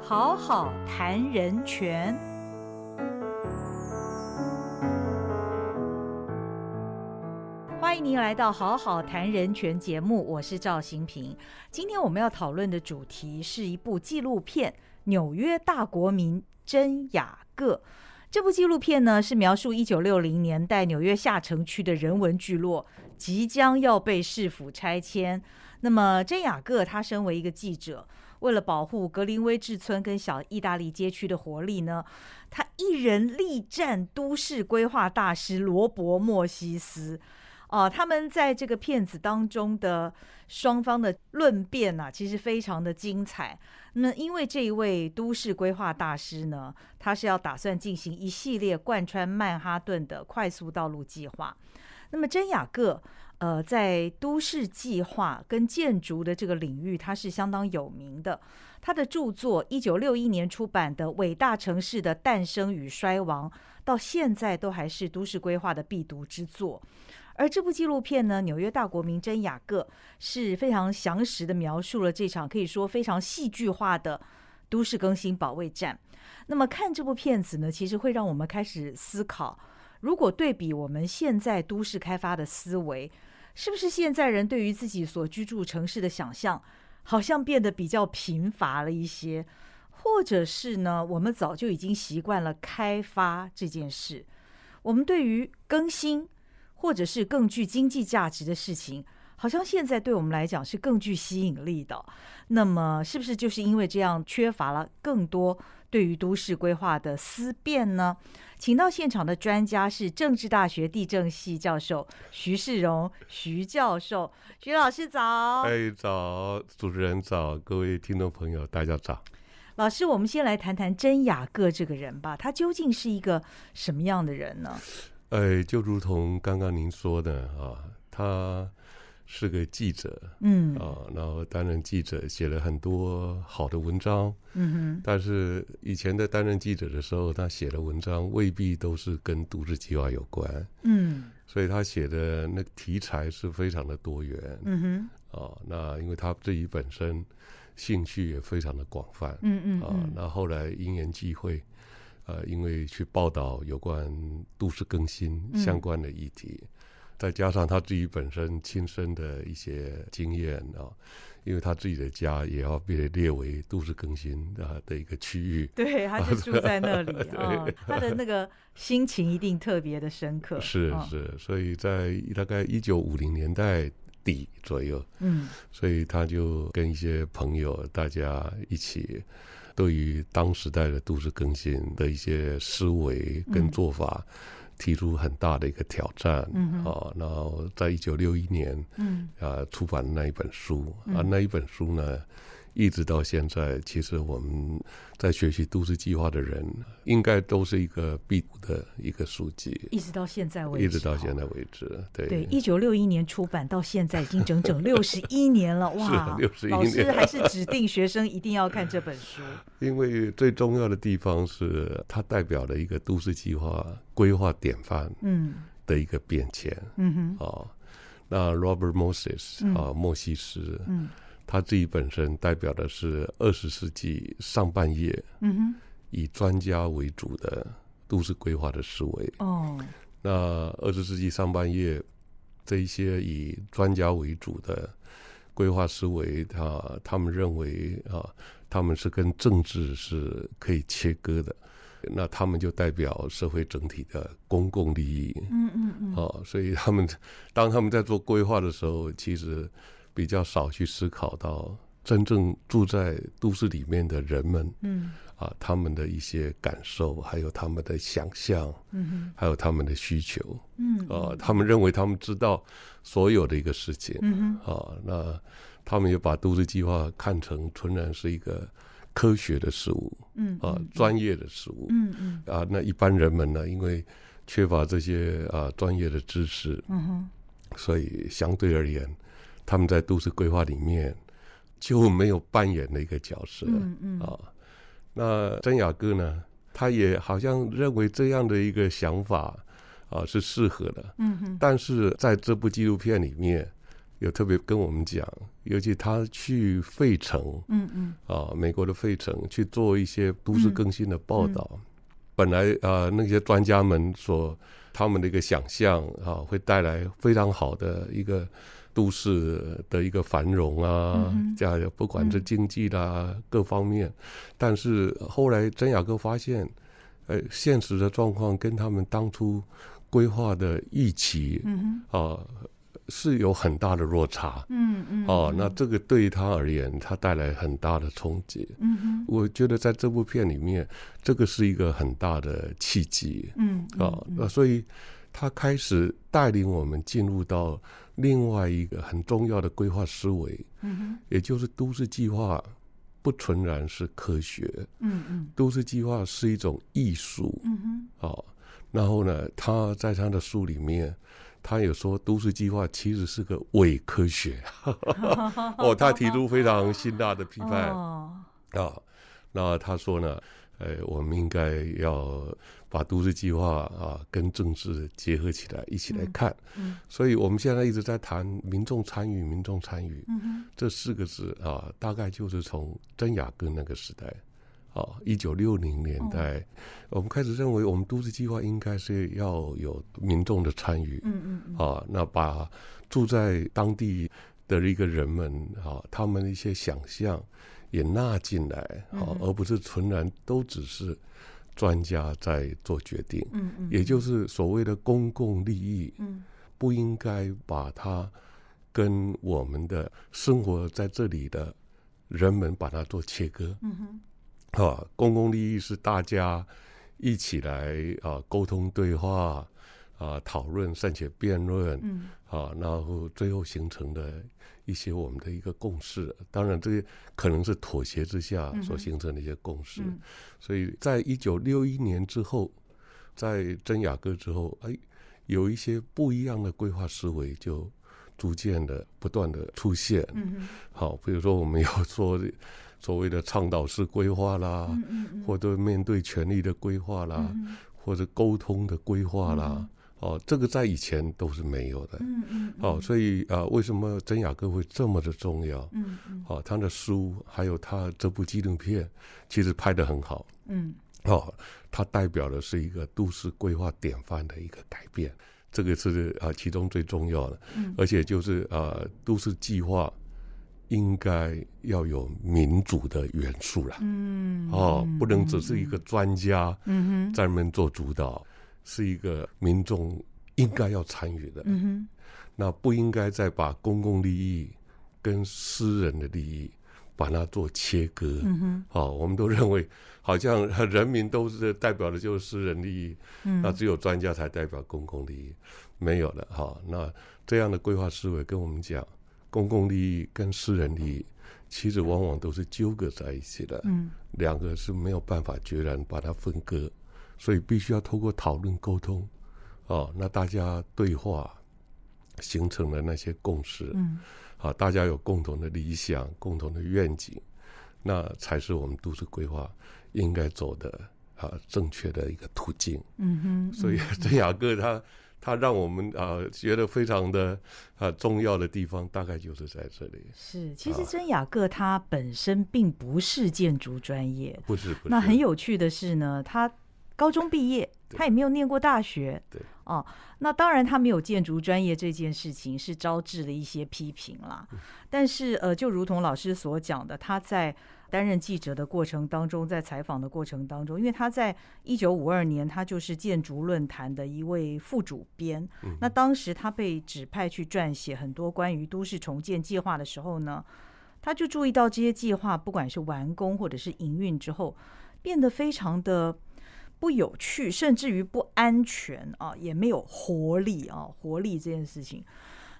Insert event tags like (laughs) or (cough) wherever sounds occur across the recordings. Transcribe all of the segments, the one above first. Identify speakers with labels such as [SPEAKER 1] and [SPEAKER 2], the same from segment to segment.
[SPEAKER 1] 好好谈人权。欢迎您来到《好好谈人权》节目，我是赵新平。今天我们要讨论的主题是一部纪录片《纽约大国民真雅各》。这部纪录片呢，是描述一九六零年代纽约下城区的人文聚落即将要被市府拆迁。那么，真雅各他身为一个记者，为了保护格林威治村跟小意大利街区的活力呢，他一人力战都市规划大师罗伯·莫西斯。哦、他们在这个片子当中的双方的论辩啊，其实非常的精彩。那么，因为这一位都市规划大师呢，他是要打算进行一系列贯穿曼哈顿的快速道路计划。那么，真雅各，呃，在都市计划跟建筑的这个领域，他是相当有名的。他的著作，一九六一年出版的《伟大城市的诞生与衰亡》，到现在都还是都市规划的必读之作。而这部纪录片呢，《纽约大国民真雅各》是非常详实的描述了这场可以说非常戏剧化的都市更新保卫战。那么看这部片子呢，其实会让我们开始思考：如果对比我们现在都市开发的思维，是不是现在人对于自己所居住城市的想象，好像变得比较贫乏了一些？或者是呢，我们早就已经习惯了开发这件事，我们对于更新。或者是更具经济价值的事情，好像现在对我们来讲是更具吸引力的。那么，是不是就是因为这样缺乏了更多对于都市规划的思辨呢？请到现场的专家是政治大学地政系教授徐世荣徐教授，徐老师早。
[SPEAKER 2] 哎，早，主持人早，各位听众朋友，大家早。
[SPEAKER 1] 老师，我们先来谈谈真雅各这个人吧，他究竟是一个什么样的人呢？
[SPEAKER 2] 哎，就如同刚刚您说的啊，他是个记者
[SPEAKER 1] 嗯
[SPEAKER 2] 啊，然后担任记者写了很多好的文章，
[SPEAKER 1] 嗯
[SPEAKER 2] 但是以前在担任记者的时候，他写的文章未必都是跟都市计划有关，
[SPEAKER 1] 哼，嗯
[SPEAKER 2] 所以他写的那个题材是非常的多元
[SPEAKER 1] 嗯哼，
[SPEAKER 2] 啊。那因为他自己本身兴趣也非常的广泛，
[SPEAKER 1] 嗯嗯
[SPEAKER 2] 啊，
[SPEAKER 1] 嗯
[SPEAKER 2] 那后来因缘际会，呃，因为去报道有关都市更新
[SPEAKER 1] 嗯
[SPEAKER 2] 相关的议题，再加上他自己本身亲身的一些经验啊，因为他自己的家也要被列为都市更新啊的一个区域。
[SPEAKER 1] 对，他就住在那里啊、嗯他的那个心情一定特别的深刻。
[SPEAKER 2] 是
[SPEAKER 1] 嗯
[SPEAKER 2] 是，所以在大概一九五零年代底左右，
[SPEAKER 1] 嗯
[SPEAKER 2] 所以他就跟一些朋友大家一起，对于当时代的都市更新的一些思维跟做法，提出很大的一个挑战。
[SPEAKER 1] 嗯哼
[SPEAKER 2] 啊，然后在一九六一年
[SPEAKER 1] 嗯
[SPEAKER 2] 啊出版那一本书啊，
[SPEAKER 1] 嗯
[SPEAKER 2] 那一本书呢，一直到现在，其实我们在学习都市计划的人，应该都是一个必读的一个书籍，
[SPEAKER 1] 一直到现在为止，
[SPEAKER 2] 一直到现在为止，对
[SPEAKER 1] 对，一九六一年出版到现在已经整整六十一年了，哇！
[SPEAKER 2] 61
[SPEAKER 1] 老师
[SPEAKER 2] 年
[SPEAKER 1] 还是指定学生一定要看这本书。
[SPEAKER 2] 因为最重要的地方是它代表了一个都市计划规划典范
[SPEAKER 1] 嗯
[SPEAKER 2] 的一个变迁
[SPEAKER 1] 嗯哼
[SPEAKER 2] 啊、那 Robert Moses
[SPEAKER 1] 嗯
[SPEAKER 2] 啊、莫西斯，
[SPEAKER 1] 嗯
[SPEAKER 2] 他自己本身代表的是二十世纪上半叶
[SPEAKER 1] 嗯
[SPEAKER 2] 以专家为主的都市规划的思维。
[SPEAKER 1] 哼哦
[SPEAKER 2] 那二十世纪上半叶，这一些以专家为主的规划思维，他他们认为啊，他们是跟政治是可以切割的，那他们就代表社会整体的公共利益
[SPEAKER 1] 嗯嗯嗯
[SPEAKER 2] 啊，所以他们当他们在做规划的时候，其实比较少去思考到真正住在都市里面的人们
[SPEAKER 1] 嗯
[SPEAKER 2] 啊，他们的一些感受，还有他们的想象，
[SPEAKER 1] 嗯哼
[SPEAKER 2] 还有他们的需求。
[SPEAKER 1] 嗯
[SPEAKER 2] 啊，他们认为他们知道所有的一个事情
[SPEAKER 1] 嗯哼
[SPEAKER 2] 啊，那他们也把都市计划看成纯然是一个科学的事物
[SPEAKER 1] 嗯
[SPEAKER 2] 啊
[SPEAKER 1] 嗯，
[SPEAKER 2] 专业的事物
[SPEAKER 1] 嗯嗯
[SPEAKER 2] 啊。那一般人们呢，因为缺乏这些啊专业的知识，
[SPEAKER 1] 嗯哼
[SPEAKER 2] 所以相对而言，他们在都市规划里面就没有扮演的一个角色
[SPEAKER 1] 嗯嗯
[SPEAKER 2] 啊。那真雅各呢，他也好像认为这样的一个想法啊是适合的。
[SPEAKER 1] 嗯哼
[SPEAKER 2] 但是在这部纪录片里面，有特别跟我们讲，尤其他去费城
[SPEAKER 1] 嗯嗯
[SPEAKER 2] 啊，美国的费城去做一些都市更新的报道。
[SPEAKER 1] 嗯
[SPEAKER 2] 本来啊、呃那些专家们说他们的一个想象啊，会带来非常好的一个都市的一个繁荣啊
[SPEAKER 1] 嗯哼，
[SPEAKER 2] 这样不管是
[SPEAKER 1] 嗯
[SPEAKER 2] 经济啦、各方面，但是后来真雅各发现，呃，现实的状况跟他们当初规划的预期
[SPEAKER 1] 嗯哼
[SPEAKER 2] 啊、是有很大的落差。
[SPEAKER 1] 嗯嗯
[SPEAKER 2] 哦，
[SPEAKER 1] 嗯
[SPEAKER 2] 那这个对他而言，他带来很大的冲击。
[SPEAKER 1] 嗯哼
[SPEAKER 2] 我觉得在这部片里面，这个是一个很大的契机
[SPEAKER 1] 嗯嗯
[SPEAKER 2] 啊。
[SPEAKER 1] 嗯
[SPEAKER 2] 那所以他开始带领我们进入到另外一个很重要的规划思维，
[SPEAKER 1] 嗯哼
[SPEAKER 2] 也就是都市计划不纯然是科学，
[SPEAKER 1] 嗯嗯
[SPEAKER 2] 都市计划是一种艺术
[SPEAKER 1] 嗯哼
[SPEAKER 2] 啊。然后呢，他在他的书里面。他也说，都市计划其实是个伪科学 (laughs) 哦。他提出非常辛辣的批判，
[SPEAKER 1] (laughs) 哦
[SPEAKER 2] 啊，那他说呢，呃，我们应该要把都市计划啊跟政治结合起来，一起来看。
[SPEAKER 1] 嗯
[SPEAKER 2] 所以我们现在一直在谈民众参与，民众参与
[SPEAKER 1] 嗯哼
[SPEAKER 2] 这四个字啊，大概就是从真雅各那个时代。啊，一九六零年代，我们开始认为我们都市计划应该是要有民众的参与，
[SPEAKER 1] 嗯嗯嗯
[SPEAKER 2] 啊，那把住在当地的一个人们啊，他们的一些想象也纳进来啊
[SPEAKER 1] 嗯，
[SPEAKER 2] 而不是纯然都只是专家在做决定，
[SPEAKER 1] 嗯嗯，
[SPEAKER 2] 也就是所谓的公共利益，
[SPEAKER 1] 嗯
[SPEAKER 2] 不应该把它跟我们的生活在这里的人们把它做切割
[SPEAKER 1] 嗯哼
[SPEAKER 2] 啊，公共利益是大家一起来啊沟通对话。啊，讨论甚且辩论，
[SPEAKER 1] 嗯
[SPEAKER 2] 啊，然后最后形成的一些我们的一个共识。当然，这些可能是妥协之下
[SPEAKER 1] 嗯
[SPEAKER 2] 所
[SPEAKER 1] 哼
[SPEAKER 2] 形成的一些共识。
[SPEAKER 1] 嗯
[SPEAKER 2] 所以在一九六一年之后，在真雅各之后，哎，有一些不一样的规划思维就逐渐的不断的出现。
[SPEAKER 1] 嗯
[SPEAKER 2] 好，比如说我们要说所谓的倡导式规划啦，
[SPEAKER 1] 嗯嗯
[SPEAKER 2] 或者面对权力的规划啦，
[SPEAKER 1] 嗯
[SPEAKER 2] 或者沟通的规划啦。
[SPEAKER 1] 嗯
[SPEAKER 2] 哦，这个在以前都是没有的。
[SPEAKER 1] 嗯嗯
[SPEAKER 2] 哦，所以啊、呃为什么真雅各会这么的重要？
[SPEAKER 1] 嗯嗯
[SPEAKER 2] 哦，他的书还有他这部纪录片，其实拍得很好。
[SPEAKER 1] 嗯
[SPEAKER 2] 哦，它代表的是一个都市规划典范的一个改变，这个是啊、呃其中最重要的，
[SPEAKER 1] 嗯
[SPEAKER 2] 而且就是啊、呃都市计划应该要有民主的元素啦。
[SPEAKER 1] 嗯
[SPEAKER 2] 哦，不能只是一个专家
[SPEAKER 1] 嗯哼
[SPEAKER 2] 在那边做主导，是一个民众应该要参与的。
[SPEAKER 1] 嗯哼
[SPEAKER 2] 那不应该再把公共利益跟私人的利益把它做切割。
[SPEAKER 1] 嗯哼
[SPEAKER 2] 好、啊我们都认为好像 (laughs) 呃人民都是代表的就是私人利益，
[SPEAKER 1] 嗯
[SPEAKER 2] 那只有专家才代表公共利益，没有了哈、那这样的规划思维跟我们讲，公共利益跟私人利益其实往往都是纠葛在一起的，
[SPEAKER 1] 嗯
[SPEAKER 2] 两个是没有办法决然把它分割，所以必须要透过讨论沟通，哦，那大家对话形成了那些共识，
[SPEAKER 1] 嗯
[SPEAKER 2] 啊，大家有共同的理想、共同的愿景，那才是我们都市规划应该走的啊正确的一个途径。
[SPEAKER 1] 嗯哼，
[SPEAKER 2] 所以这雅各他他让我们啊觉得非常的啊重要的地方，大概就是在这里。
[SPEAKER 1] 是，其实
[SPEAKER 2] 啊
[SPEAKER 1] 真雅各他本身并不是建筑专业，
[SPEAKER 2] 不是不是，
[SPEAKER 1] 那很有趣的是呢，他高中毕业，
[SPEAKER 2] 对
[SPEAKER 1] 他也没有念过大学。
[SPEAKER 2] 对。
[SPEAKER 1] 哦，那当然，他没有建筑专业这件事情是招致了一些批评啦。
[SPEAKER 2] 嗯
[SPEAKER 1] 但是，呃，就如同老师所讲的，他在担任记者的过程当中，在采访的过程当中，因为他在一九五二年，他就是建筑论坛的一位副主编。
[SPEAKER 2] 嗯
[SPEAKER 1] 那当时他被指派去撰写很多关于都市重建计划的时候呢，他就注意到这些计划，不管是完工或者是营运之后，变得非常的不有趣，甚至于不安全啊，也没有活力啊，活力这件事情。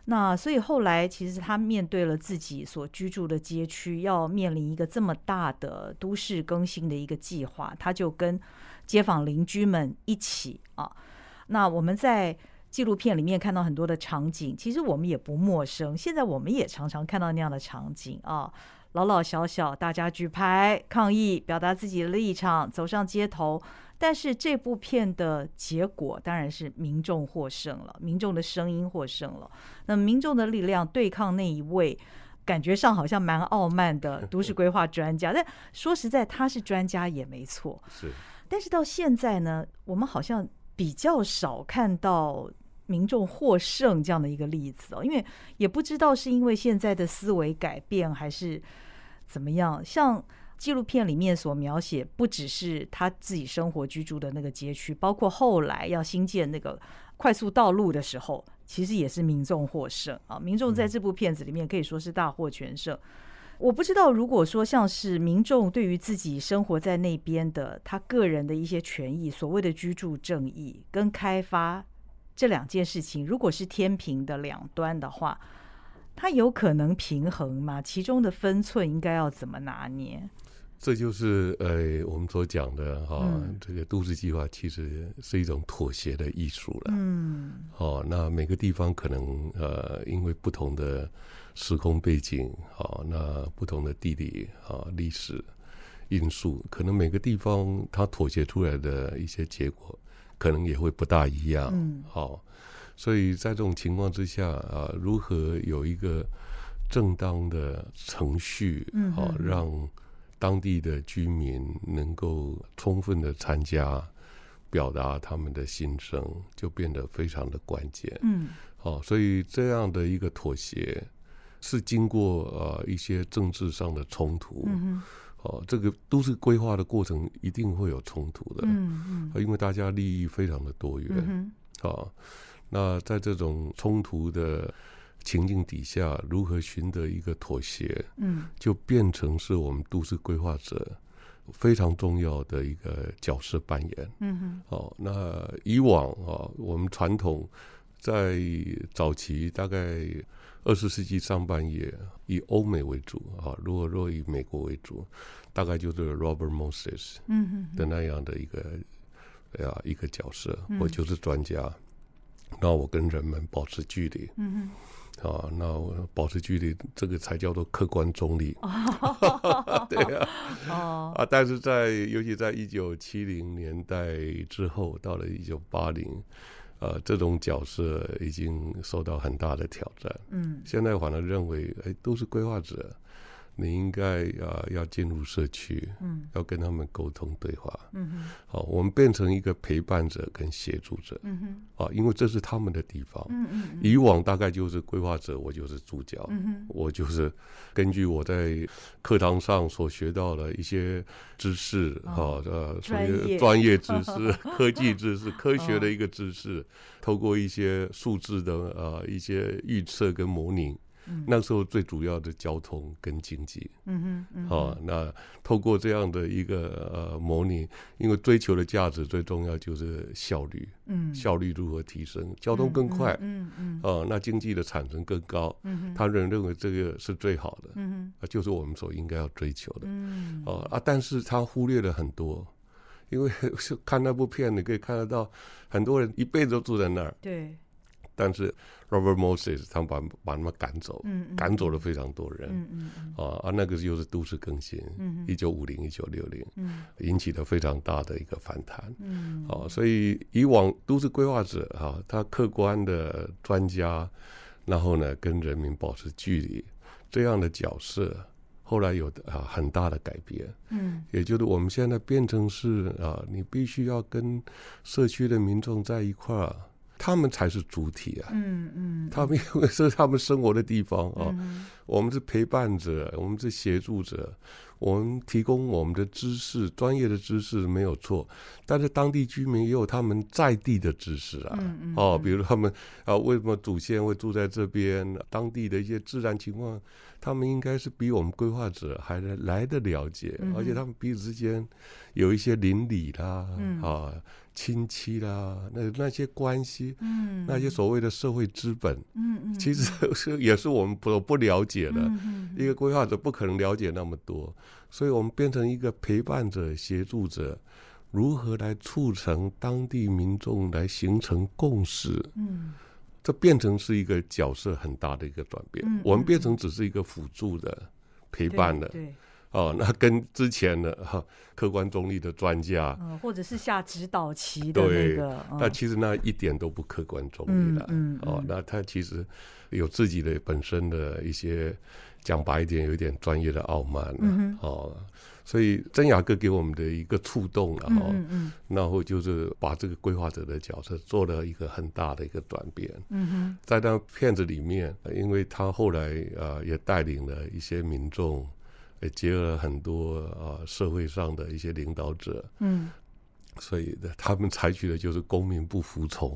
[SPEAKER 1] 那所以后来，其实他面对了自己所居住的街区要面临一个这么大的都市更新的一个计划，他就跟街坊邻居们一起啊。那我们在纪录片里面看到很多的场景，其实我们也不陌生，现在我们也常常看到那样的场景啊。老老小小，大家举牌抗议，表达自己的立场，走上街头，但是这部片的结果当然是民众获胜了，民众的声音获胜了。那民众的力量对抗那一位感觉上好像蛮傲慢的都市规划专家，但说实在他是专家也没错。
[SPEAKER 2] 是
[SPEAKER 1] 但是到现在呢，我们好像比较少看到民众获胜这样的一个例子哦，因为也不知道是因为现在的思维改变还是怎么样。像纪录片里面所描写，不只是他自己生活居住的那个街区，包括后来要新建那个快速道路的时候，其实也是民众获胜啊。民众在这部片子里面可以说是大获全胜。我不知道，如果说像是民众对于自己生活在那边的他个人的一些权益，所谓的居住正义跟开发这两件事情，如果是天平的两端的话，它有可能平衡吗？其中的分寸应该要怎么拿捏？
[SPEAKER 2] 这就是呃我们所讲的哈、
[SPEAKER 1] 嗯
[SPEAKER 2] 这个都市计划其实是一种妥协的艺术了。
[SPEAKER 1] 嗯
[SPEAKER 2] 哦，那每个地方可能呃，因为不同的时空背景，哦，那不同的地理啊、历史因素，可能每个地方它妥协出来的一些结果，可能也会不大一样。
[SPEAKER 1] 嗯
[SPEAKER 2] 好、所以在这种情况之下啊，如何有一个正当的程序，
[SPEAKER 1] 嗯
[SPEAKER 2] 好、
[SPEAKER 1] 嗯嗯
[SPEAKER 2] 让当地的居民能够充分的参加。表达他们的心声就变得非常的关键。
[SPEAKER 1] 嗯
[SPEAKER 2] 好、所以这样的一个妥协是经过呃一些政治上的冲突。
[SPEAKER 1] 嗯
[SPEAKER 2] 哦，这个都是规划的过程一定会有冲突的，
[SPEAKER 1] 嗯嗯
[SPEAKER 2] 因为大家利益非常的多元。
[SPEAKER 1] 嗯
[SPEAKER 2] 啊，那在这种冲突的情境底下，如何寻得一个妥协，
[SPEAKER 1] 嗯
[SPEAKER 2] 就变成是我们都市规划者非常重要的一个角色扮演。
[SPEAKER 1] 嗯
[SPEAKER 2] 哦，那以往啊，我们传统在早期大概二十世纪上半叶，以欧美为主啊，如果若以美国为主，大概就是 Robert Moses
[SPEAKER 1] 嗯
[SPEAKER 2] 的那样的一个哎呀一个角色，
[SPEAKER 1] 嗯
[SPEAKER 2] 我就是专家。那我跟人们保持距离
[SPEAKER 1] 嗯
[SPEAKER 2] 啊，那我保持距离，这个才叫做客观中立。对呀、
[SPEAKER 1] 哦
[SPEAKER 2] 啊，但是在尤其在一九七零年代之后，到了一九八零，呃，这种角色已经受到很大的挑战。
[SPEAKER 1] 嗯
[SPEAKER 2] 现在反而认为，哎，都是规划者，你应该啊、要进入社区，
[SPEAKER 1] 嗯
[SPEAKER 2] 要跟他们沟通对话。
[SPEAKER 1] 嗯
[SPEAKER 2] 好、我们变成一个陪伴者跟协助者
[SPEAKER 1] 嗯
[SPEAKER 2] 啊，因为这是他们的地方。
[SPEAKER 1] 嗯
[SPEAKER 2] 以往大概就是规划者，我就是主角。
[SPEAKER 1] 嗯
[SPEAKER 2] 我就是根据我在课堂上所学到的一些知识，哈、
[SPEAKER 1] 哦
[SPEAKER 2] 呃，所
[SPEAKER 1] 专业哦
[SPEAKER 2] 谓专业知识、
[SPEAKER 1] (laughs)
[SPEAKER 2] 科技知识、科学的一个知识，透过一些数字的呃一些预测跟模拟。
[SPEAKER 1] 嗯
[SPEAKER 2] 那时候最主要的交通跟经济，
[SPEAKER 1] 嗯嗯
[SPEAKER 2] 啊，那透过这样的一个呃模拟，因为追求的价值最重要就是效率，
[SPEAKER 1] 嗯
[SPEAKER 2] 效率如何提升，交通更快，
[SPEAKER 1] 嗯嗯
[SPEAKER 2] 啊，那经济的产能更高，
[SPEAKER 1] 嗯
[SPEAKER 2] 他人认为这个是最好的，
[SPEAKER 1] 嗯
[SPEAKER 2] 啊，就是我们所应该要追求的。
[SPEAKER 1] 嗯
[SPEAKER 2] 哦啊，但是他忽略了很多，因为 (laughs) 是看那部片，你可以看得到很多人一辈子都住在那儿，
[SPEAKER 1] 对
[SPEAKER 2] 但是 Robert Moses 他把把他们赶走，
[SPEAKER 1] 嗯
[SPEAKER 2] 赶走了非常多人。
[SPEAKER 1] 嗯嗯嗯
[SPEAKER 2] 啊啊，那个又是都市更新，
[SPEAKER 1] 嗯
[SPEAKER 2] 一九五零一九六零
[SPEAKER 1] 嗯
[SPEAKER 2] 引起了非常大的一个反弹。
[SPEAKER 1] 嗯
[SPEAKER 2] 哦，所以以往都市规划者哈、他客观的专家，然后呢跟人民保持距离这样的角色，后来有啊很大的改变，
[SPEAKER 1] 嗯
[SPEAKER 2] 也就是我们现在变成是啊，你必须要跟社区的民众在一块儿，他们才是主体啊。
[SPEAKER 1] 嗯嗯
[SPEAKER 2] 他们 (laughs) 因为是他们生活的地方啊，
[SPEAKER 1] 嗯
[SPEAKER 2] 我们是陪伴者，我们是协助者，我们提供我们的知识，专业的知识没有错，但是当地居民也有他们在地的知识啊。
[SPEAKER 1] 嗯嗯
[SPEAKER 2] 哦，比如他们啊，为什么祖先会住在这边？当地的一些自然情况，他们应该是比我们规划者还来来的了解，
[SPEAKER 1] 嗯哼
[SPEAKER 2] 而且他们彼此之间有一些邻里啦，
[SPEAKER 1] 嗯
[SPEAKER 2] 啊，亲戚啦，那那些关系，
[SPEAKER 1] 嗯
[SPEAKER 2] 那些所谓的社会资本，
[SPEAKER 1] 嗯嗯
[SPEAKER 2] 其实是也是我们不不了解的。
[SPEAKER 1] 嗯
[SPEAKER 2] 一个规划者不可能了解那么多，所以我们变成一个陪伴者、协助者，如何来促成当地民众来形成共识，
[SPEAKER 1] 嗯
[SPEAKER 2] 这变成是一个角色很大的一个转变
[SPEAKER 1] 嗯。嗯
[SPEAKER 2] 我们变成只是一个辅助的、陪伴的
[SPEAKER 1] 对
[SPEAKER 2] 哦，那跟之前的哈、客观中立的专家，
[SPEAKER 1] 嗯，或者是下指导棋的那个，
[SPEAKER 2] 那
[SPEAKER 1] 嗯
[SPEAKER 2] 其实那一点都不客观中立了。
[SPEAKER 1] 嗯嗯
[SPEAKER 2] 哦
[SPEAKER 1] 嗯，
[SPEAKER 2] 那他其实有自己的本身的一些，讲白一点，有一点专业的傲慢、啊。
[SPEAKER 1] 嗯
[SPEAKER 2] 哦，所以真雅各给我们的一个触动啊，然后、
[SPEAKER 1] 嗯嗯
[SPEAKER 2] 然后就是把这个规划者的角色做了一个很大的一个转变。
[SPEAKER 1] 嗯哼
[SPEAKER 2] 在那片子里面，呃因为他后来呃也带领了一些民众，也结合了很多呃社会上的一些领导者，
[SPEAKER 1] 嗯
[SPEAKER 2] 所以呢他们采取的就是公民不服从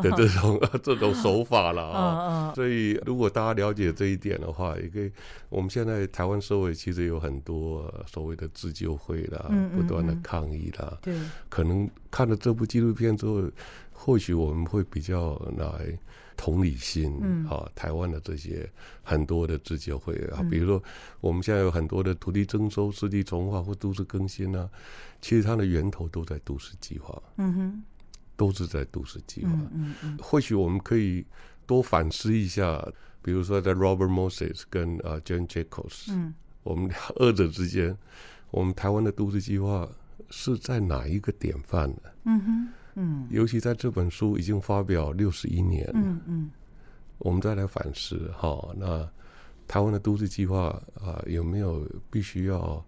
[SPEAKER 2] 的这种 (laughs) 这种手法了啊。
[SPEAKER 1] 嗯嗯
[SPEAKER 2] 所以，如果大家了解这一点的话，也可以。我们现在台湾社会其实有很多呃所谓的自救会啦
[SPEAKER 1] 嗯，嗯
[SPEAKER 2] 不断的
[SPEAKER 1] 嗯
[SPEAKER 2] 抗议啦。
[SPEAKER 1] 对，
[SPEAKER 2] 可能看了这部纪录片之后，或许我们会比较来同理心，
[SPEAKER 1] 嗯
[SPEAKER 2] 啊，台湾的这些很多的自救会啊
[SPEAKER 1] 嗯，
[SPEAKER 2] 比如说我们现在有很多的土地征收、湿地重划或都市更新啊，其实它的源头都在都市计划，
[SPEAKER 1] 嗯哼，
[SPEAKER 2] 都是在都市计划。
[SPEAKER 1] 嗯嗯嗯
[SPEAKER 2] 或许我们可以多反思一下，比如说在 Robert Moses 跟啊 John Jacobs，、
[SPEAKER 1] 嗯
[SPEAKER 2] 我们俩二者之间，我们台湾的都市计划是在哪一个典范呢？
[SPEAKER 1] 嗯哼，嗯
[SPEAKER 2] 尤其在这本书已经发表六十一年，
[SPEAKER 1] 嗯嗯
[SPEAKER 2] 我们再来反思哈、那台湾的都市计划啊、有没有必须要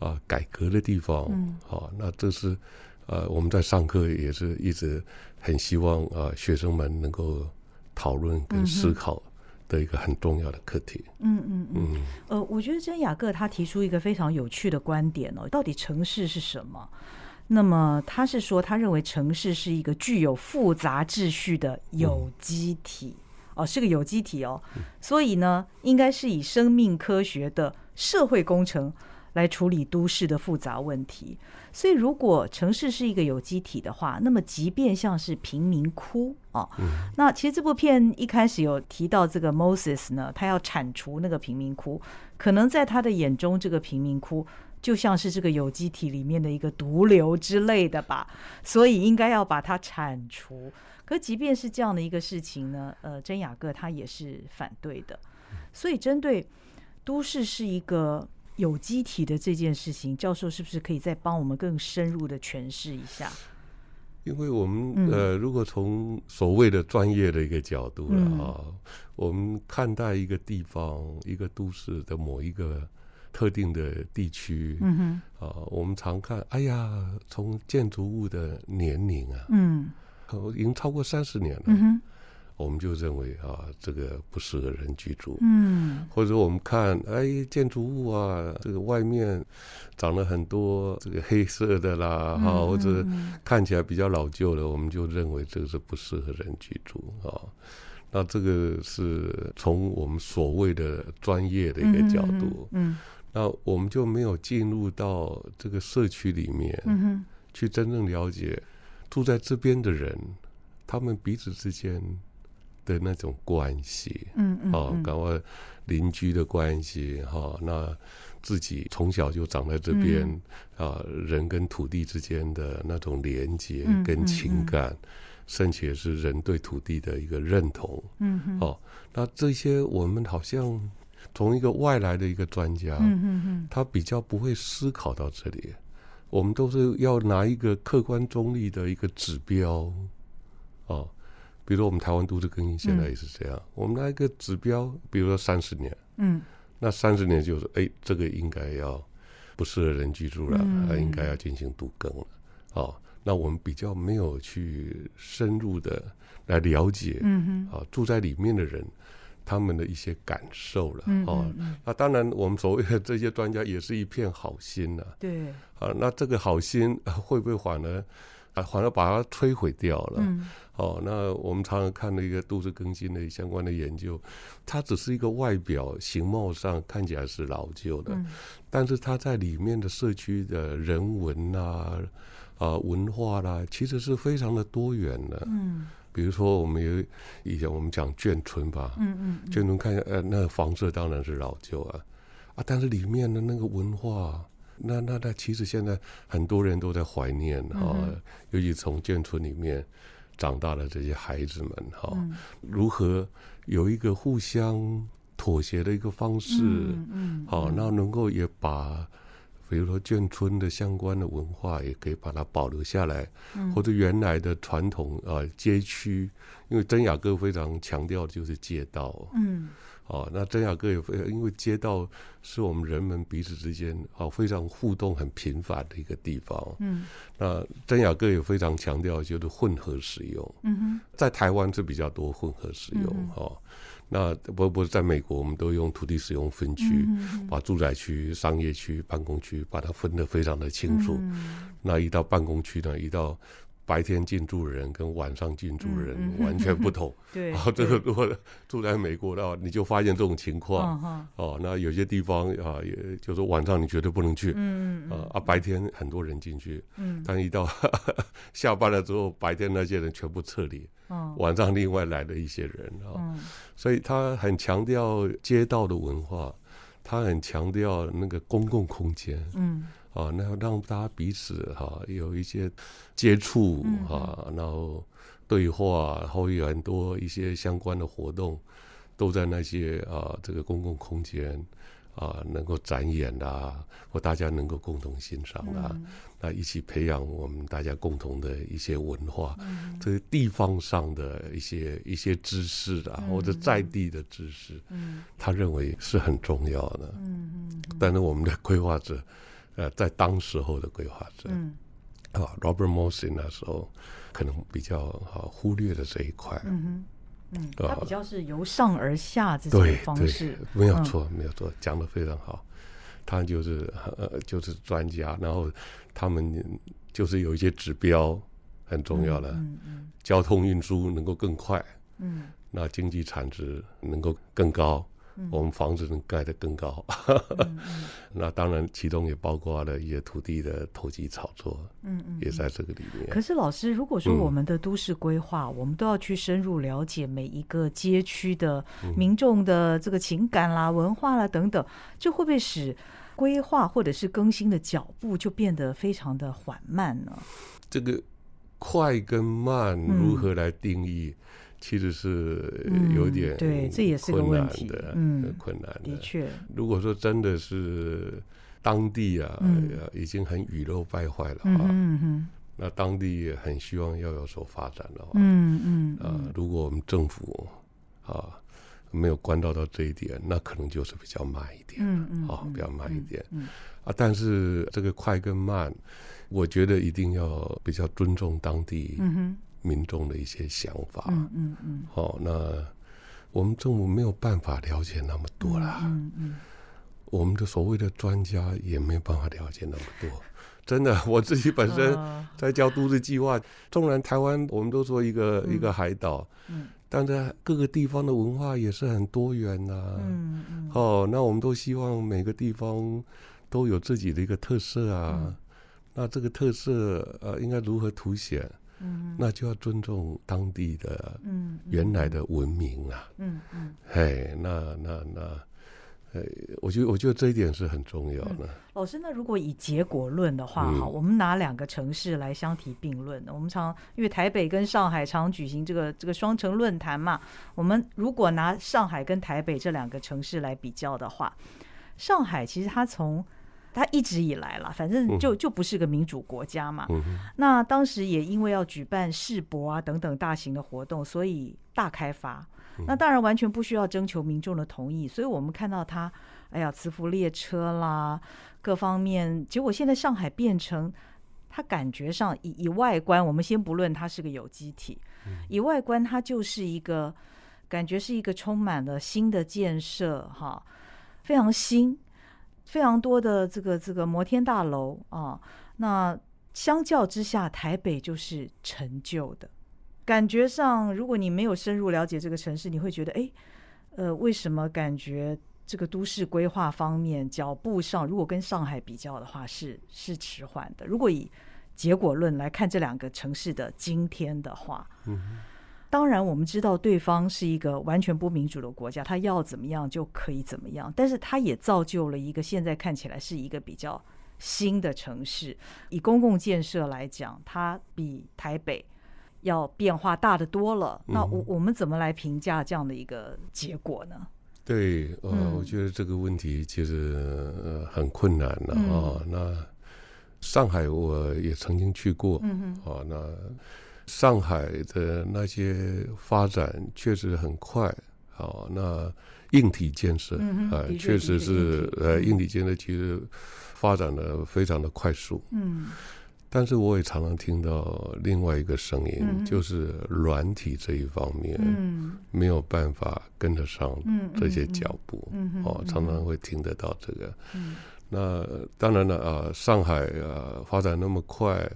[SPEAKER 2] 啊、改革的地方？
[SPEAKER 1] 嗯
[SPEAKER 2] 好、那这是呃我们在上课也是一直很希望啊、学生们能够讨论
[SPEAKER 1] 嗯
[SPEAKER 2] 跟
[SPEAKER 1] 哼
[SPEAKER 2] 思考的一个很重要的课题。
[SPEAKER 1] 嗯嗯嗯。
[SPEAKER 2] 嗯
[SPEAKER 1] 呃，我觉得真雅各他提出一个非常有趣的观点哦，到底城市是什么？那么他是说，他认为城市是一个具有复杂秩序的有机体、哦，是个有机体哦，所以呢，应该是以生命科学的社会工程来处理都市的复杂问题。所以，如果城市是一个有机体的话，那么即便像是贫民窟哦，那其实这部片一开始有提到这个 Moses 呢，他要铲除那个贫民窟，可能在他的眼中，这个贫民窟就像是这个有机体里面的一个毒瘤之类的吧，所以应该要把它铲除。可即便是这样的一个事情呢，呃，真雅各他也是反对的。所以针对都市是一个有机体的这件事情，教授是不是可以再帮我们更深入的诠释一下？
[SPEAKER 2] 因为我们
[SPEAKER 1] 嗯
[SPEAKER 2] 呃，如果从所谓的专业的一个角度了
[SPEAKER 1] 嗯
[SPEAKER 2] 啊，我们看待一个地方、一个都市的某一个特定的地区
[SPEAKER 1] 嗯哼，
[SPEAKER 2] 啊，我们常看，哎呀，从建筑物的年龄啊，
[SPEAKER 1] 嗯
[SPEAKER 2] 哦已经超过三十年了，
[SPEAKER 1] 嗯哼，
[SPEAKER 2] 我们就认为啊，这个不适合人居住。
[SPEAKER 1] 嗯
[SPEAKER 2] 或者我们看，哎，建筑物啊，这个外面长了很多这个黑色的啦，哈、或者
[SPEAKER 1] 嗯
[SPEAKER 2] 看起来比较老旧的，我们就认为这个是不适合人居住啊、那这个是从我们所谓的专业的一个角度，
[SPEAKER 1] 嗯
[SPEAKER 2] 那我们就没有进入到这个社区里面、
[SPEAKER 1] 嗯哼，
[SPEAKER 2] 去真正了解住在这边的人，他们彼此之间的那种关系。
[SPEAKER 1] 嗯嗯，
[SPEAKER 2] 哦，搞我邻居的关系哈、那自己从小就长在这边
[SPEAKER 1] 嗯
[SPEAKER 2] 啊、人跟土地之间的那种连接
[SPEAKER 1] 嗯嗯
[SPEAKER 2] 跟
[SPEAKER 1] 嗯
[SPEAKER 2] 情感，甚且是人对土地的一个认同。
[SPEAKER 1] 嗯哼，
[SPEAKER 2] 哦那这些我们好像从一个外来的一个专家，
[SPEAKER 1] 嗯哼哼，
[SPEAKER 2] 他比较不会思考到这里。我们都是要拿一个客观中立的一个指标，哦，比如说我们台湾都市更新现在也是这样，我们拿一个指标，比如说三十年，
[SPEAKER 1] 嗯
[SPEAKER 2] 那三十年就是哎，这个应该要不适合人居住了，
[SPEAKER 1] 嗯
[SPEAKER 2] 啊应该要进行都更了，哦，那我们比较没有去深入的来了解
[SPEAKER 1] 嗯哼，
[SPEAKER 2] 啊、住在里面的人他们的一些感受了，
[SPEAKER 1] 嗯
[SPEAKER 2] 哦，
[SPEAKER 1] 嗯嗯
[SPEAKER 2] 那当然，我们所谓的这些专家也是一片好心呐、 (laughs)
[SPEAKER 1] 对，
[SPEAKER 2] 啊。那这个好心 (laughs) 啊会不会反而啊反而把它摧毁掉了？
[SPEAKER 1] 嗯
[SPEAKER 2] 哦，那我们常常看那个都市更新的相关的研究，它只是一个外表形貌上看起来是老旧的，
[SPEAKER 1] 嗯
[SPEAKER 2] 但是它在里面的社区的人文啊。啊、文化啦、其实是非常的多元的。
[SPEAKER 1] 嗯
[SPEAKER 2] 比如说，我们有以前我们讲眷村吧，
[SPEAKER 1] 嗯嗯，
[SPEAKER 2] 就能看一下，呃，那个房舍当然是老旧啊，啊，但是里面的那个文化，那那那其实现在很多人都在怀念哈、
[SPEAKER 1] 嗯哼
[SPEAKER 2] 尤其从眷村里面长大的这些孩子们哈、
[SPEAKER 1] 嗯
[SPEAKER 2] 如何有一个互相妥协的一个方式。
[SPEAKER 1] 嗯嗯，
[SPEAKER 2] 好，那能够也把，比如说眷村的相关的文化，也可以把它保留下来，
[SPEAKER 1] 嗯
[SPEAKER 2] 或者原来的传统啊、呃街区，因为真雅各非常强调的就是街道。
[SPEAKER 1] 嗯
[SPEAKER 2] 啊，那真雅各也非因为街道是我们人们彼此之间啊非常互动很频繁的一个地方。
[SPEAKER 1] 嗯
[SPEAKER 2] 那真雅各也非常强调就是混合使用，
[SPEAKER 1] 嗯哼
[SPEAKER 2] 在台湾是比较多混合使用
[SPEAKER 1] 嗯
[SPEAKER 2] 哦。那不不是在美国，我们都用土地使用分区，
[SPEAKER 1] 嗯哼
[SPEAKER 2] 把住宅区、商业区、办公区把它分得非常的清楚。
[SPEAKER 1] 嗯
[SPEAKER 2] 那一到办公区呢，一到白天进驻的人跟晚上进驻的
[SPEAKER 1] 嗯
[SPEAKER 2] 人
[SPEAKER 1] 嗯
[SPEAKER 2] 完全不同。
[SPEAKER 1] (laughs) 对，
[SPEAKER 2] 然后这个
[SPEAKER 1] 对
[SPEAKER 2] 如果住在美国的话，你就发现这种情况。
[SPEAKER 1] 嗯哼
[SPEAKER 2] 哦，那有些地方啊，也就是晚上你绝对不能去，
[SPEAKER 1] 嗯
[SPEAKER 2] 啊啊，白天很多人进去，
[SPEAKER 1] 嗯
[SPEAKER 2] 但一到 (laughs) 下班了之后，白天那些人全部撤离，
[SPEAKER 1] 嗯
[SPEAKER 2] 晚上另外来的一些人啊，
[SPEAKER 1] 嗯
[SPEAKER 2] 所以他很强调街道的文化，他很强调那个公共空间
[SPEAKER 1] 嗯
[SPEAKER 2] 啊，那让大家彼此哈、有一些接触
[SPEAKER 1] 嗯
[SPEAKER 2] 啊，然后对话，然后有很多一些相关的活动都在那些啊这个公共空间。啊，能够展演啦、或大家能够共同欣赏啦、
[SPEAKER 1] 嗯
[SPEAKER 2] 那一起培养我们大家共同的一些文化，
[SPEAKER 1] 嗯
[SPEAKER 2] 这是地方上的一些一些知识啊，
[SPEAKER 1] 嗯
[SPEAKER 2] 或者在地的知识，
[SPEAKER 1] 嗯
[SPEAKER 2] 他认为是很重要的。
[SPEAKER 1] 嗯嗯
[SPEAKER 2] 但是我们的规划者，呃，在当时候的规划者
[SPEAKER 1] 嗯
[SPEAKER 2] 啊，Robert Morse 那时候可能比较啊忽略了这一块。
[SPEAKER 1] 嗯哼嗯，
[SPEAKER 2] 啊
[SPEAKER 1] 它比较是由上而下这种
[SPEAKER 2] 对
[SPEAKER 1] 方
[SPEAKER 2] 对
[SPEAKER 1] 式，，嗯
[SPEAKER 2] 没有错，没有错，讲的非常好。他就是呃，就是专家，然后他们就是有一些指标很重要的，
[SPEAKER 1] 嗯嗯
[SPEAKER 2] 交通运输能够更快，
[SPEAKER 1] 嗯
[SPEAKER 2] 那经济产值能够更高，
[SPEAKER 1] 嗯
[SPEAKER 2] 我们房子能盖得更高。
[SPEAKER 1] 嗯嗯
[SPEAKER 2] 那当然，其中也包括了一些土地的投机炒作，
[SPEAKER 1] 嗯嗯，
[SPEAKER 2] 也在这个里面。
[SPEAKER 1] 可是老师，如果说
[SPEAKER 2] 嗯
[SPEAKER 1] 我们的都市规划，我们都要去深入了解每一个街区的
[SPEAKER 2] 嗯
[SPEAKER 1] 民众的这个情感啦、文化啦等等，这会不会使规划或者是更新的脚步就变得非常的缓慢呢？
[SPEAKER 2] 这个快跟慢
[SPEAKER 1] 嗯
[SPEAKER 2] 如何来定义，其实是
[SPEAKER 1] 嗯
[SPEAKER 2] 有点
[SPEAKER 1] 对这也是个
[SPEAKER 2] 困
[SPEAKER 1] 问
[SPEAKER 2] 难
[SPEAKER 1] 题
[SPEAKER 2] 的，
[SPEAKER 1] 嗯
[SPEAKER 2] 呃困难
[SPEAKER 1] 的
[SPEAKER 2] 的。
[SPEAKER 1] 确，
[SPEAKER 2] 如果说真的是当地啊，
[SPEAKER 1] 嗯
[SPEAKER 2] 呃已经很雨露败坏了
[SPEAKER 1] 嗯
[SPEAKER 2] 啊，
[SPEAKER 1] 嗯嗯
[SPEAKER 2] 那当地也很希望要有所发展的话，
[SPEAKER 1] 嗯嗯
[SPEAKER 2] 啊，如果我们政府啊没有关照到这一点，那可能就是比较慢一点
[SPEAKER 1] 嗯嗯，
[SPEAKER 2] 啊，比较慢一点
[SPEAKER 1] 嗯
[SPEAKER 2] 啊。但是这个快跟慢，我觉得一定要比较尊重当地
[SPEAKER 1] 嗯哼
[SPEAKER 2] 民众的一些想法。
[SPEAKER 1] 嗯嗯嗯，
[SPEAKER 2] 好，那我们政府没有办法了解那么多啦，
[SPEAKER 1] 嗯嗯
[SPEAKER 2] 我们的所谓的专家也没有办法了解那么多。真的，我自己本
[SPEAKER 1] 哦
[SPEAKER 2] 身
[SPEAKER 1] 嗯
[SPEAKER 2] 在教都市计划，纵然台湾我们都说一个一个海岛，
[SPEAKER 1] 嗯
[SPEAKER 2] 但是各个地方的文化也是很多元啊呐、
[SPEAKER 1] 嗯嗯
[SPEAKER 2] 哦，那我们都希望每个地方都有自己的一个特色啊。
[SPEAKER 1] 嗯
[SPEAKER 2] 那这个特色呃，应该如何凸显？
[SPEAKER 1] 嗯
[SPEAKER 2] 那就要尊重当地的
[SPEAKER 1] 嗯
[SPEAKER 2] 原来的文明啊。
[SPEAKER 1] 嗯嗯。
[SPEAKER 2] 嘿，那那那，呃，我觉得我觉得这一点是很重要的。
[SPEAKER 1] 老师，那如果以结果论的话，
[SPEAKER 2] 嗯
[SPEAKER 1] 哈、我们拿两个城市来相提并论。我们常因为台北跟上海常举行这个这个双城论坛嘛，我们如果拿上海跟台北这两个城市来比较的话，上海其实它从它一直以来啦，反正就就不是个民主国家嘛。
[SPEAKER 2] 嗯哼
[SPEAKER 1] 那当时也因为要举办世博啊等等大型的活动，所以大开发。
[SPEAKER 2] 嗯
[SPEAKER 1] 那当然完全不需要征求民众的同意，所以我们看到它，哎呀，磁浮列车啦，各方面，结果现在上海变成。它感觉上以以外观，我们先不论它是个有机体，以外观它就是一个感觉是一个充满了新的建设哈，非常新，非常多的这个这个摩天大楼啊，那相较之下，台北就是陈旧的。感觉上，如果你没有深入了解这个城市，你会觉得，哎，呃，为什么感觉这个都市规划方面脚步上，如果跟上海比较的话，是是迟缓的。如果以结果论来看这两个城市的今天的话，
[SPEAKER 2] 嗯哼
[SPEAKER 1] 当然我们知道对方是一个完全不民主的国家，他要怎么样就可以怎么样，但是他也造就了一个现在看起来是一个比较新的城市。以公共建设来讲，它比台北
[SPEAKER 2] 嗯
[SPEAKER 1] 要变化大得多了。那我我们怎么来评价这样的一个结果呢？
[SPEAKER 2] 对，呃，
[SPEAKER 1] 嗯
[SPEAKER 2] 我觉得这个问题其实呃很困难的
[SPEAKER 1] 嗯
[SPEAKER 2] 啊、那上海我也曾经去过
[SPEAKER 1] 嗯哼，
[SPEAKER 2] 啊、那上海的那些发展确实很快啊、那硬体建设
[SPEAKER 1] 嗯哼
[SPEAKER 2] 啊、
[SPEAKER 1] 的确
[SPEAKER 2] 确实
[SPEAKER 1] 的确硬体
[SPEAKER 2] 是呃
[SPEAKER 1] 嗯
[SPEAKER 2] 硬体建设其实发展的非常的快速。
[SPEAKER 1] 嗯
[SPEAKER 2] 但是我也常常听到另外一个声音，
[SPEAKER 1] 嗯哼
[SPEAKER 2] 就是软体这一方面、
[SPEAKER 1] 嗯
[SPEAKER 2] 没有办法跟得上
[SPEAKER 1] 嗯，
[SPEAKER 2] 这些
[SPEAKER 1] 嗯
[SPEAKER 2] 脚，步。
[SPEAKER 1] 嗯哼
[SPEAKER 2] 哦，常常，会听得到这个。
[SPEAKER 1] 嗯
[SPEAKER 2] 那呃当然了啊、上海啊、呃发展那么快，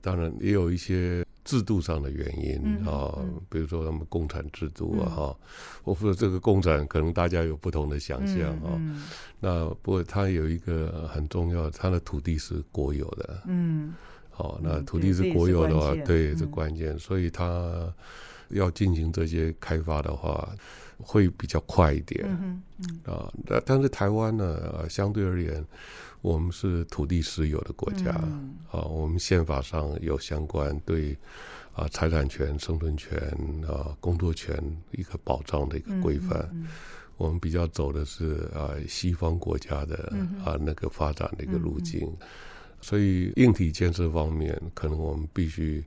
[SPEAKER 2] 当然也有一些制度上的原因
[SPEAKER 1] 嗯
[SPEAKER 2] 啊、
[SPEAKER 1] 嗯
[SPEAKER 2] 比如说他们共产制度啊
[SPEAKER 1] 嗯
[SPEAKER 2] 哈、我说这个共产可能大家有不同的想象啊、
[SPEAKER 1] 嗯
[SPEAKER 2] 那不过它有一个很重要，它的土地是国有的，
[SPEAKER 1] 嗯
[SPEAKER 2] 好、
[SPEAKER 1] 嗯
[SPEAKER 2] 那
[SPEAKER 1] 这
[SPEAKER 2] 土
[SPEAKER 1] 个
[SPEAKER 2] 地
[SPEAKER 1] 这
[SPEAKER 2] 是
[SPEAKER 1] 也
[SPEAKER 2] 国
[SPEAKER 1] 是
[SPEAKER 2] 有的
[SPEAKER 1] 关
[SPEAKER 2] 话，
[SPEAKER 1] 键
[SPEAKER 2] 对，是
[SPEAKER 1] 嗯
[SPEAKER 2] 关键，所以它要进行这些开发的话，会比较快一点。
[SPEAKER 1] 嗯哼嗯
[SPEAKER 2] 啊，但但是台湾呢、呃相对而言，我们是土地私有的国家、
[SPEAKER 1] 嗯
[SPEAKER 2] 啊，我们宪法上有相关对啊财产权、生存权啊工作权一个保障的一个
[SPEAKER 1] 嗯
[SPEAKER 2] 规范。
[SPEAKER 1] 嗯
[SPEAKER 2] 我们比较走的是啊西方国家的
[SPEAKER 1] 嗯哼嗯
[SPEAKER 2] 啊那个发展的一个路径，所以硬体建设方面，可能我们必须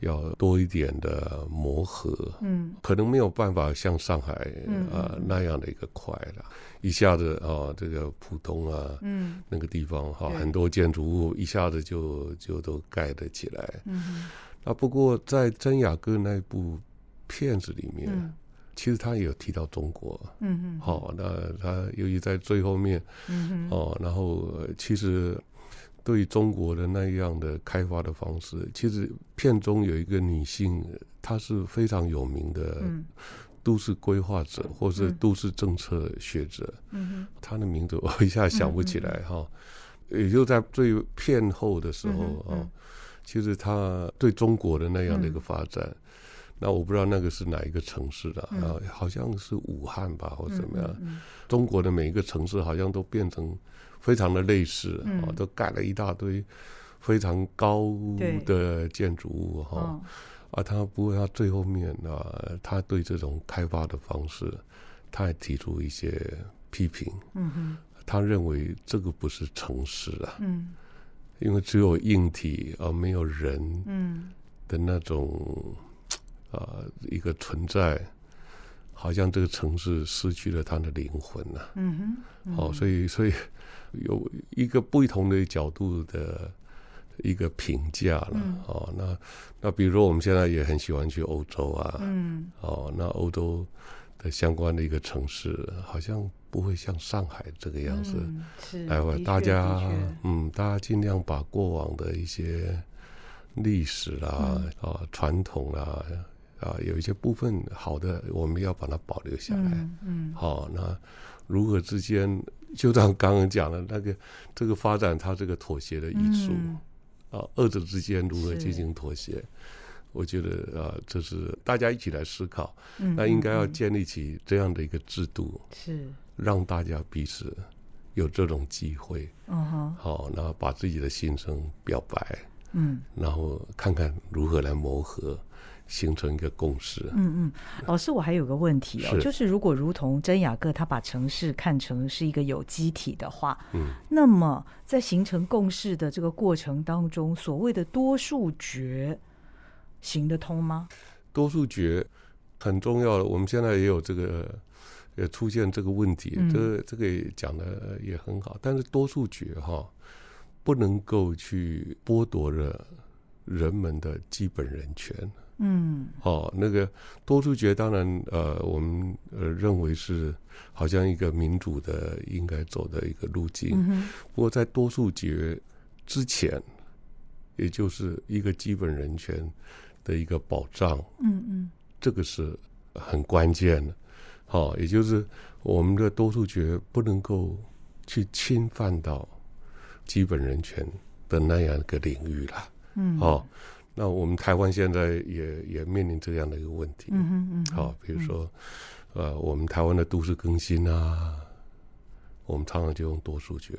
[SPEAKER 2] 要多一点的磨合。
[SPEAKER 1] 嗯
[SPEAKER 2] 可能没有办法像上海
[SPEAKER 1] 嗯
[SPEAKER 2] 啊、呃
[SPEAKER 1] 嗯
[SPEAKER 2] 那样的一个快了，一下子啊、这个浦东啊
[SPEAKER 1] 嗯
[SPEAKER 2] 那个地方哈、
[SPEAKER 1] 对
[SPEAKER 2] 很多建筑物一下子就就都盖得起来。
[SPEAKER 1] 嗯哼
[SPEAKER 2] 那不过在真雅各那部片子里面，
[SPEAKER 1] 嗯
[SPEAKER 2] 其实他也有提到中国。
[SPEAKER 1] 嗯哼，
[SPEAKER 2] 好、那他由于在最后面
[SPEAKER 1] 嗯哼，
[SPEAKER 2] 哦，然后呃其实对中国的那样的开发的方式，其实片中有一个女性，呃她是非常有名的
[SPEAKER 1] 嗯
[SPEAKER 2] 都市规划者或是
[SPEAKER 1] 嗯
[SPEAKER 2] 都市政策学者，
[SPEAKER 1] 嗯
[SPEAKER 2] 他的名字我一下想不起来哈。也就在最片后的时候
[SPEAKER 1] 嗯哼
[SPEAKER 2] 啊
[SPEAKER 1] 嗯，
[SPEAKER 2] 其实他对中国的那样的一个发展，那我不知道那个是哪一个城市的
[SPEAKER 1] 嗯
[SPEAKER 2] 啊，好像是武汉吧，或
[SPEAKER 1] 哼，
[SPEAKER 2] 者怎么样。
[SPEAKER 1] 嗯？
[SPEAKER 2] 中国的每一个城市好像都变成非常的类似啊、
[SPEAKER 1] 嗯
[SPEAKER 2] 都盖了一大堆非常高
[SPEAKER 1] 对
[SPEAKER 2] 的建筑物哈、
[SPEAKER 1] 嗯
[SPEAKER 2] 啊，他不过他最后面啊，他对这种开发的方式，他也提出一些批评。
[SPEAKER 1] 嗯哼，
[SPEAKER 2] 他认为这个不是城市啊，
[SPEAKER 1] 嗯
[SPEAKER 2] 因为只有硬体而、没有人
[SPEAKER 1] 嗯
[SPEAKER 2] 的那种啊、一个存在，好像这个城市失去了它的灵魂啊呐、
[SPEAKER 1] 嗯哼，
[SPEAKER 2] 哦，所
[SPEAKER 1] 以
[SPEAKER 2] 以所以有一个不同的角度的一个评价了。
[SPEAKER 1] 嗯
[SPEAKER 2] 哦，那那比如说我们现在也很喜欢去欧洲啊，
[SPEAKER 1] 嗯
[SPEAKER 2] 哦，那欧洲的相关的一个城市好像不会像上海这个样子。
[SPEAKER 1] 嗯是
[SPEAKER 2] 哎，我
[SPEAKER 1] 的
[SPEAKER 2] 大
[SPEAKER 1] 确
[SPEAKER 2] 家
[SPEAKER 1] 的确
[SPEAKER 2] 嗯，大家尽量把过往的一些历史啦、啊
[SPEAKER 1] 嗯、
[SPEAKER 2] 传统啦、啊，有一些部分好的，我们要把它保留下来。
[SPEAKER 1] 嗯嗯
[SPEAKER 2] 好、那如何之间，就像刚刚讲的那个， (laughs) 这个发展它这个妥协的艺术、
[SPEAKER 1] 嗯
[SPEAKER 2] 啊，二者之间如何
[SPEAKER 1] 是
[SPEAKER 2] 进行妥协？我觉得啊，这是大家一起来思考，
[SPEAKER 1] 嗯
[SPEAKER 2] 那应该要
[SPEAKER 1] 嗯嗯
[SPEAKER 2] 建立起这样的一个制度，
[SPEAKER 1] 是
[SPEAKER 2] 让大家彼此有这种机会，
[SPEAKER 1] 嗯哼
[SPEAKER 2] 好、那把自己的心声表白，
[SPEAKER 1] 嗯
[SPEAKER 2] 然后看看如何来磨合，形成一个共识。
[SPEAKER 1] 嗯嗯，老师，我还有个问题哦，
[SPEAKER 2] 是
[SPEAKER 1] 就是如果如同真雅各他把城市看成是一个有机体的话，
[SPEAKER 2] 嗯，
[SPEAKER 1] 那么在形成共识的这个过程当中，所谓的多数决行得通吗？
[SPEAKER 2] 多数决很重要的，我们现在也有这个也出现这个问题，
[SPEAKER 1] 嗯
[SPEAKER 2] 这个这个也讲的也很好，但是多数决哈不能够去剥夺了人们的基本人权。
[SPEAKER 1] 嗯
[SPEAKER 2] 哦，那个多数决当然，呃，我们呃认为是好像一个民主的应该走的一个路径。
[SPEAKER 1] 嗯哼
[SPEAKER 2] 不过在多数决之前，也就是一个基本人权的一个保障，
[SPEAKER 1] 嗯嗯
[SPEAKER 2] 这个是很关键的。好、也就是我们的多数决不能够去侵犯到基本人权的那样一个领域啦。
[SPEAKER 1] 嗯
[SPEAKER 2] 哦，那我们台湾现在也也面临这样的一个问题。
[SPEAKER 1] 嗯哼嗯哼
[SPEAKER 2] 好、比如说，呃，我们台湾的都市更新啊，我们常常就用多数决；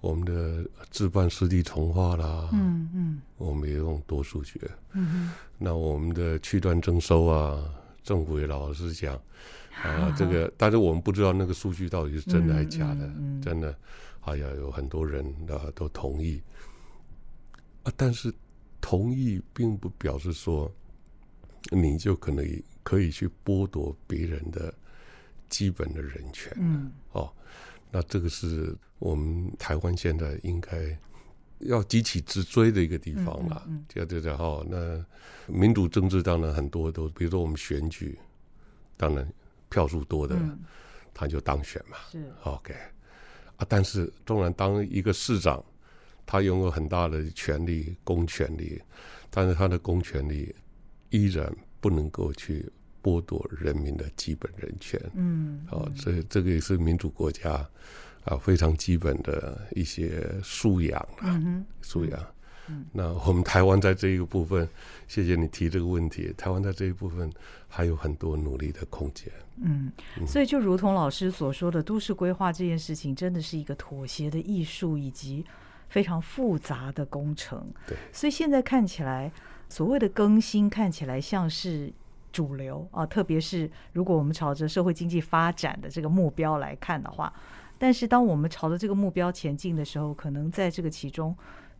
[SPEAKER 2] 我们的置办湿地重划啦，
[SPEAKER 1] 嗯嗯
[SPEAKER 2] 我们也用多数决。
[SPEAKER 1] 嗯哼
[SPEAKER 2] 那我们的区段征收啊，政府也老实讲，啊，这
[SPEAKER 1] (laughs)
[SPEAKER 2] 个，但是我们不知道那个数据到底是真的还是假的，
[SPEAKER 1] 嗯嗯嗯
[SPEAKER 2] 真的，哎呀，有很多人啊都同意，啊，但是同意并不表示说你就可能可以去剥夺别人的基本的人权，
[SPEAKER 1] 嗯
[SPEAKER 2] 哦，那这个是我们台湾现在应该要急起直追的一个地方啦。
[SPEAKER 1] 嗯嗯
[SPEAKER 2] 这这这哦，那民主政治当然很多都，比如说我们选举，当然票数多的、
[SPEAKER 1] 嗯，
[SPEAKER 2] 他就当选嘛。
[SPEAKER 1] 是
[SPEAKER 2] OK，啊，但是纵然当一个市长，他拥有很大的权利、公权力，但是他的公权力依然不能够去剥夺人民的基本人权。
[SPEAKER 1] 嗯
[SPEAKER 2] 哦，这这个也是民主国家啊非常基本的一些素养啊，
[SPEAKER 1] 嗯哼
[SPEAKER 2] 素养。
[SPEAKER 1] 嗯
[SPEAKER 2] 那我们台湾在这一个部分，谢谢你提这个问题。台湾在这一部分还有很多努力的空间。
[SPEAKER 1] 嗯，所以就如同老师所说的，都市规划这件事情真的是一个妥协的艺术，以及非常复杂的工程。
[SPEAKER 2] 对，
[SPEAKER 1] 所以现在看起来，所谓的更新看起来像是主流啊，特别是如果我们朝着社会经济发展的这个目标来看的话，但是当我们朝着这个目标前进的时候，可能在这个其中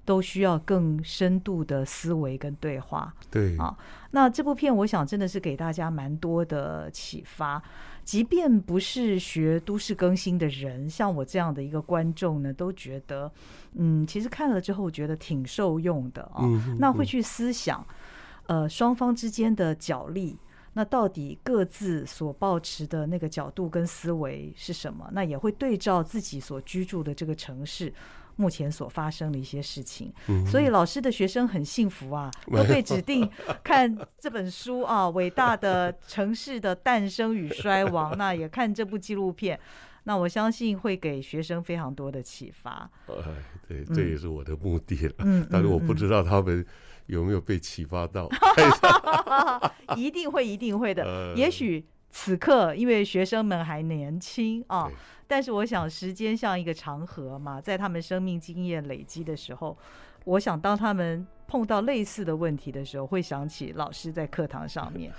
[SPEAKER 1] 都需要更深度的思维跟对话。
[SPEAKER 2] 对，
[SPEAKER 1] 啊那这部片我想真的是给大家蛮多的启发，即便不是学都市更新的人，像我这样的一个观众呢，都觉得，嗯，其实看了之后觉得挺受用的啊、
[SPEAKER 2] 嗯哼
[SPEAKER 1] 那会去思想，呃，双方之间的角力。那到底各自所抱持的那个角度跟思维是什么？那也会对照自己所居住的这个城市目前所发生的一些事情。
[SPEAKER 2] 嗯
[SPEAKER 1] 所以老师的学生很幸福
[SPEAKER 2] (laughs)
[SPEAKER 1] 啊，都被指定看这本书啊，《 (laughs) 伟大的城市的诞生与衰亡》。那也看这部纪录片，那我相信会给学生非常多的启发。
[SPEAKER 2] 哎，对，这也是我的目的了。
[SPEAKER 1] 嗯
[SPEAKER 2] 但是我不知道他们有没有被启发到。
[SPEAKER 1] 一定会，一定会的。
[SPEAKER 2] 啊呃
[SPEAKER 1] 也许此刻因为学生们还年轻啊
[SPEAKER 2] 对，
[SPEAKER 1] 但是我想时间像一个长河嘛，在他们生命经验累积的时候，我想当他们碰到类似的问题的时候，会想起老师在课堂上
[SPEAKER 2] (laughs)
[SPEAKER 1] 面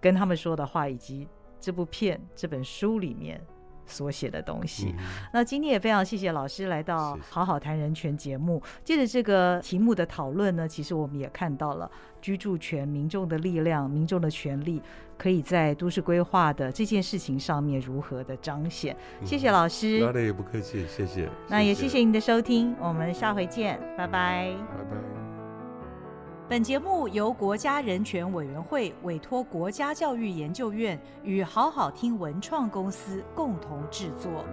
[SPEAKER 1] 跟他们说的话，以及这部片、这本书里面所写的东西。
[SPEAKER 2] 嗯
[SPEAKER 1] 那今天也非常谢谢老师来到
[SPEAKER 2] 谢
[SPEAKER 1] 《
[SPEAKER 2] 谢
[SPEAKER 1] 好好谈人权》节目。借着这个题目的讨论呢，其实我们也看到了居住权、民众的力量、民众的权利，可以在都市规划的这件事情上面如何的彰显。谢谢老师，
[SPEAKER 2] 嗯那也不客气，谢谢。
[SPEAKER 1] 那也谢谢，您的收听，我们下回见，拜拜。
[SPEAKER 2] 拜拜。
[SPEAKER 1] 本节目由国家人权委员会委托国家教育研究院与好好听文创公司共同制作。